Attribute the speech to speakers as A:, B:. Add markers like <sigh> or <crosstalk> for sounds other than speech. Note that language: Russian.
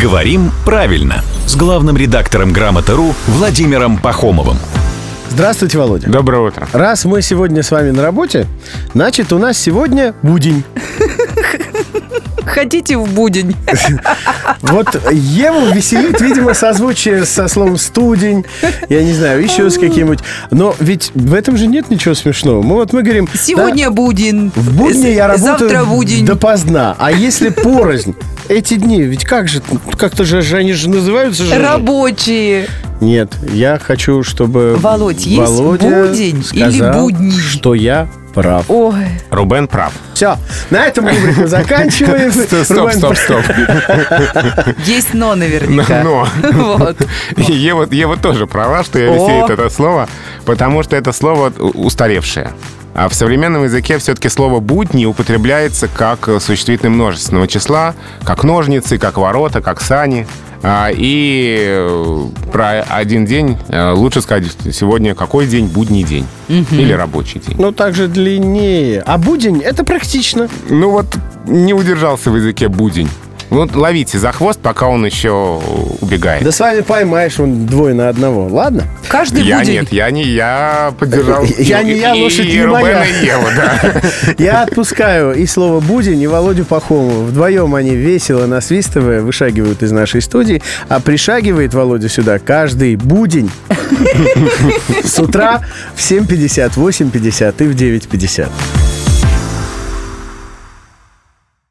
A: «Говорим правильно» с главным редактором «Грамоты.ру» Владимиром Пахомовым.
B: Здравствуйте, Володя.
C: Доброе утро.
B: Раз мы сегодня с вами на работе, значит, у нас сегодня будень.
D: Хотите в
B: <laughs>
D: будень?
B: Вот Еву веселит, видимо, созвучие со словом «студень», я не знаю, еще с каким-нибудь. Но ведь в этом же нет ничего смешного. Мы вот мы говорим... да,
D: Сегодня будень.
B: в будни я работаю
D: Завтра будень.
B: допоздна. А если порознь? Эти дни, ведь как же, как-то же, же они же называются же.
D: <laughs> Рабочие.
B: Нет, я хочу, чтобы
D: Володь, есть
B: Володя
D: будень или
B: сказал,
D: будни?
B: что я прав.
D: Ой,
C: Рубен прав.
B: Все, на этом рубрику
C: <laughs>
B: мы заканчиваем.
C: Э, Стоп, стоп,
B: Рубен,
C: стоп, стоп.
D: есть но
B: <laughs>
D: наверняка.
B: Ну,
D: <laughs>
C: Но.
D: Вот.
C: И Ева, Ева тоже права, что я веселит
D: О.
C: это слово, потому что это слово у- устаревшее. А в современном языке все-таки слово «будни» употребляется как э, существительное множественного числа, как ножницы, как ворота, как сани. А, И э, про один день э, лучше сказать сегодня какой день, будний день или рабочий день.
B: Ну, также длиннее. А будень — это практично.
C: Ну вот не удержался в языке будень. Вот ловите за хвост, пока он еще убегает.
B: Да с вами поймаешь он двое на одного, ладно?
D: Каждый
C: Я
D: будень.
C: нет, я не я поддержал.
B: Я не я,
C: И-
B: лошадь
C: и
B: не моя.
C: Рубена и Еву, да.
B: Я отпускаю и слово «будень», и Володю Пахомова. Вдвоем они весело, насвистывая, вышагивают из нашей студии, а пришагивает Володя сюда каждый будень с утра в 7.58, 50 и в 9.50.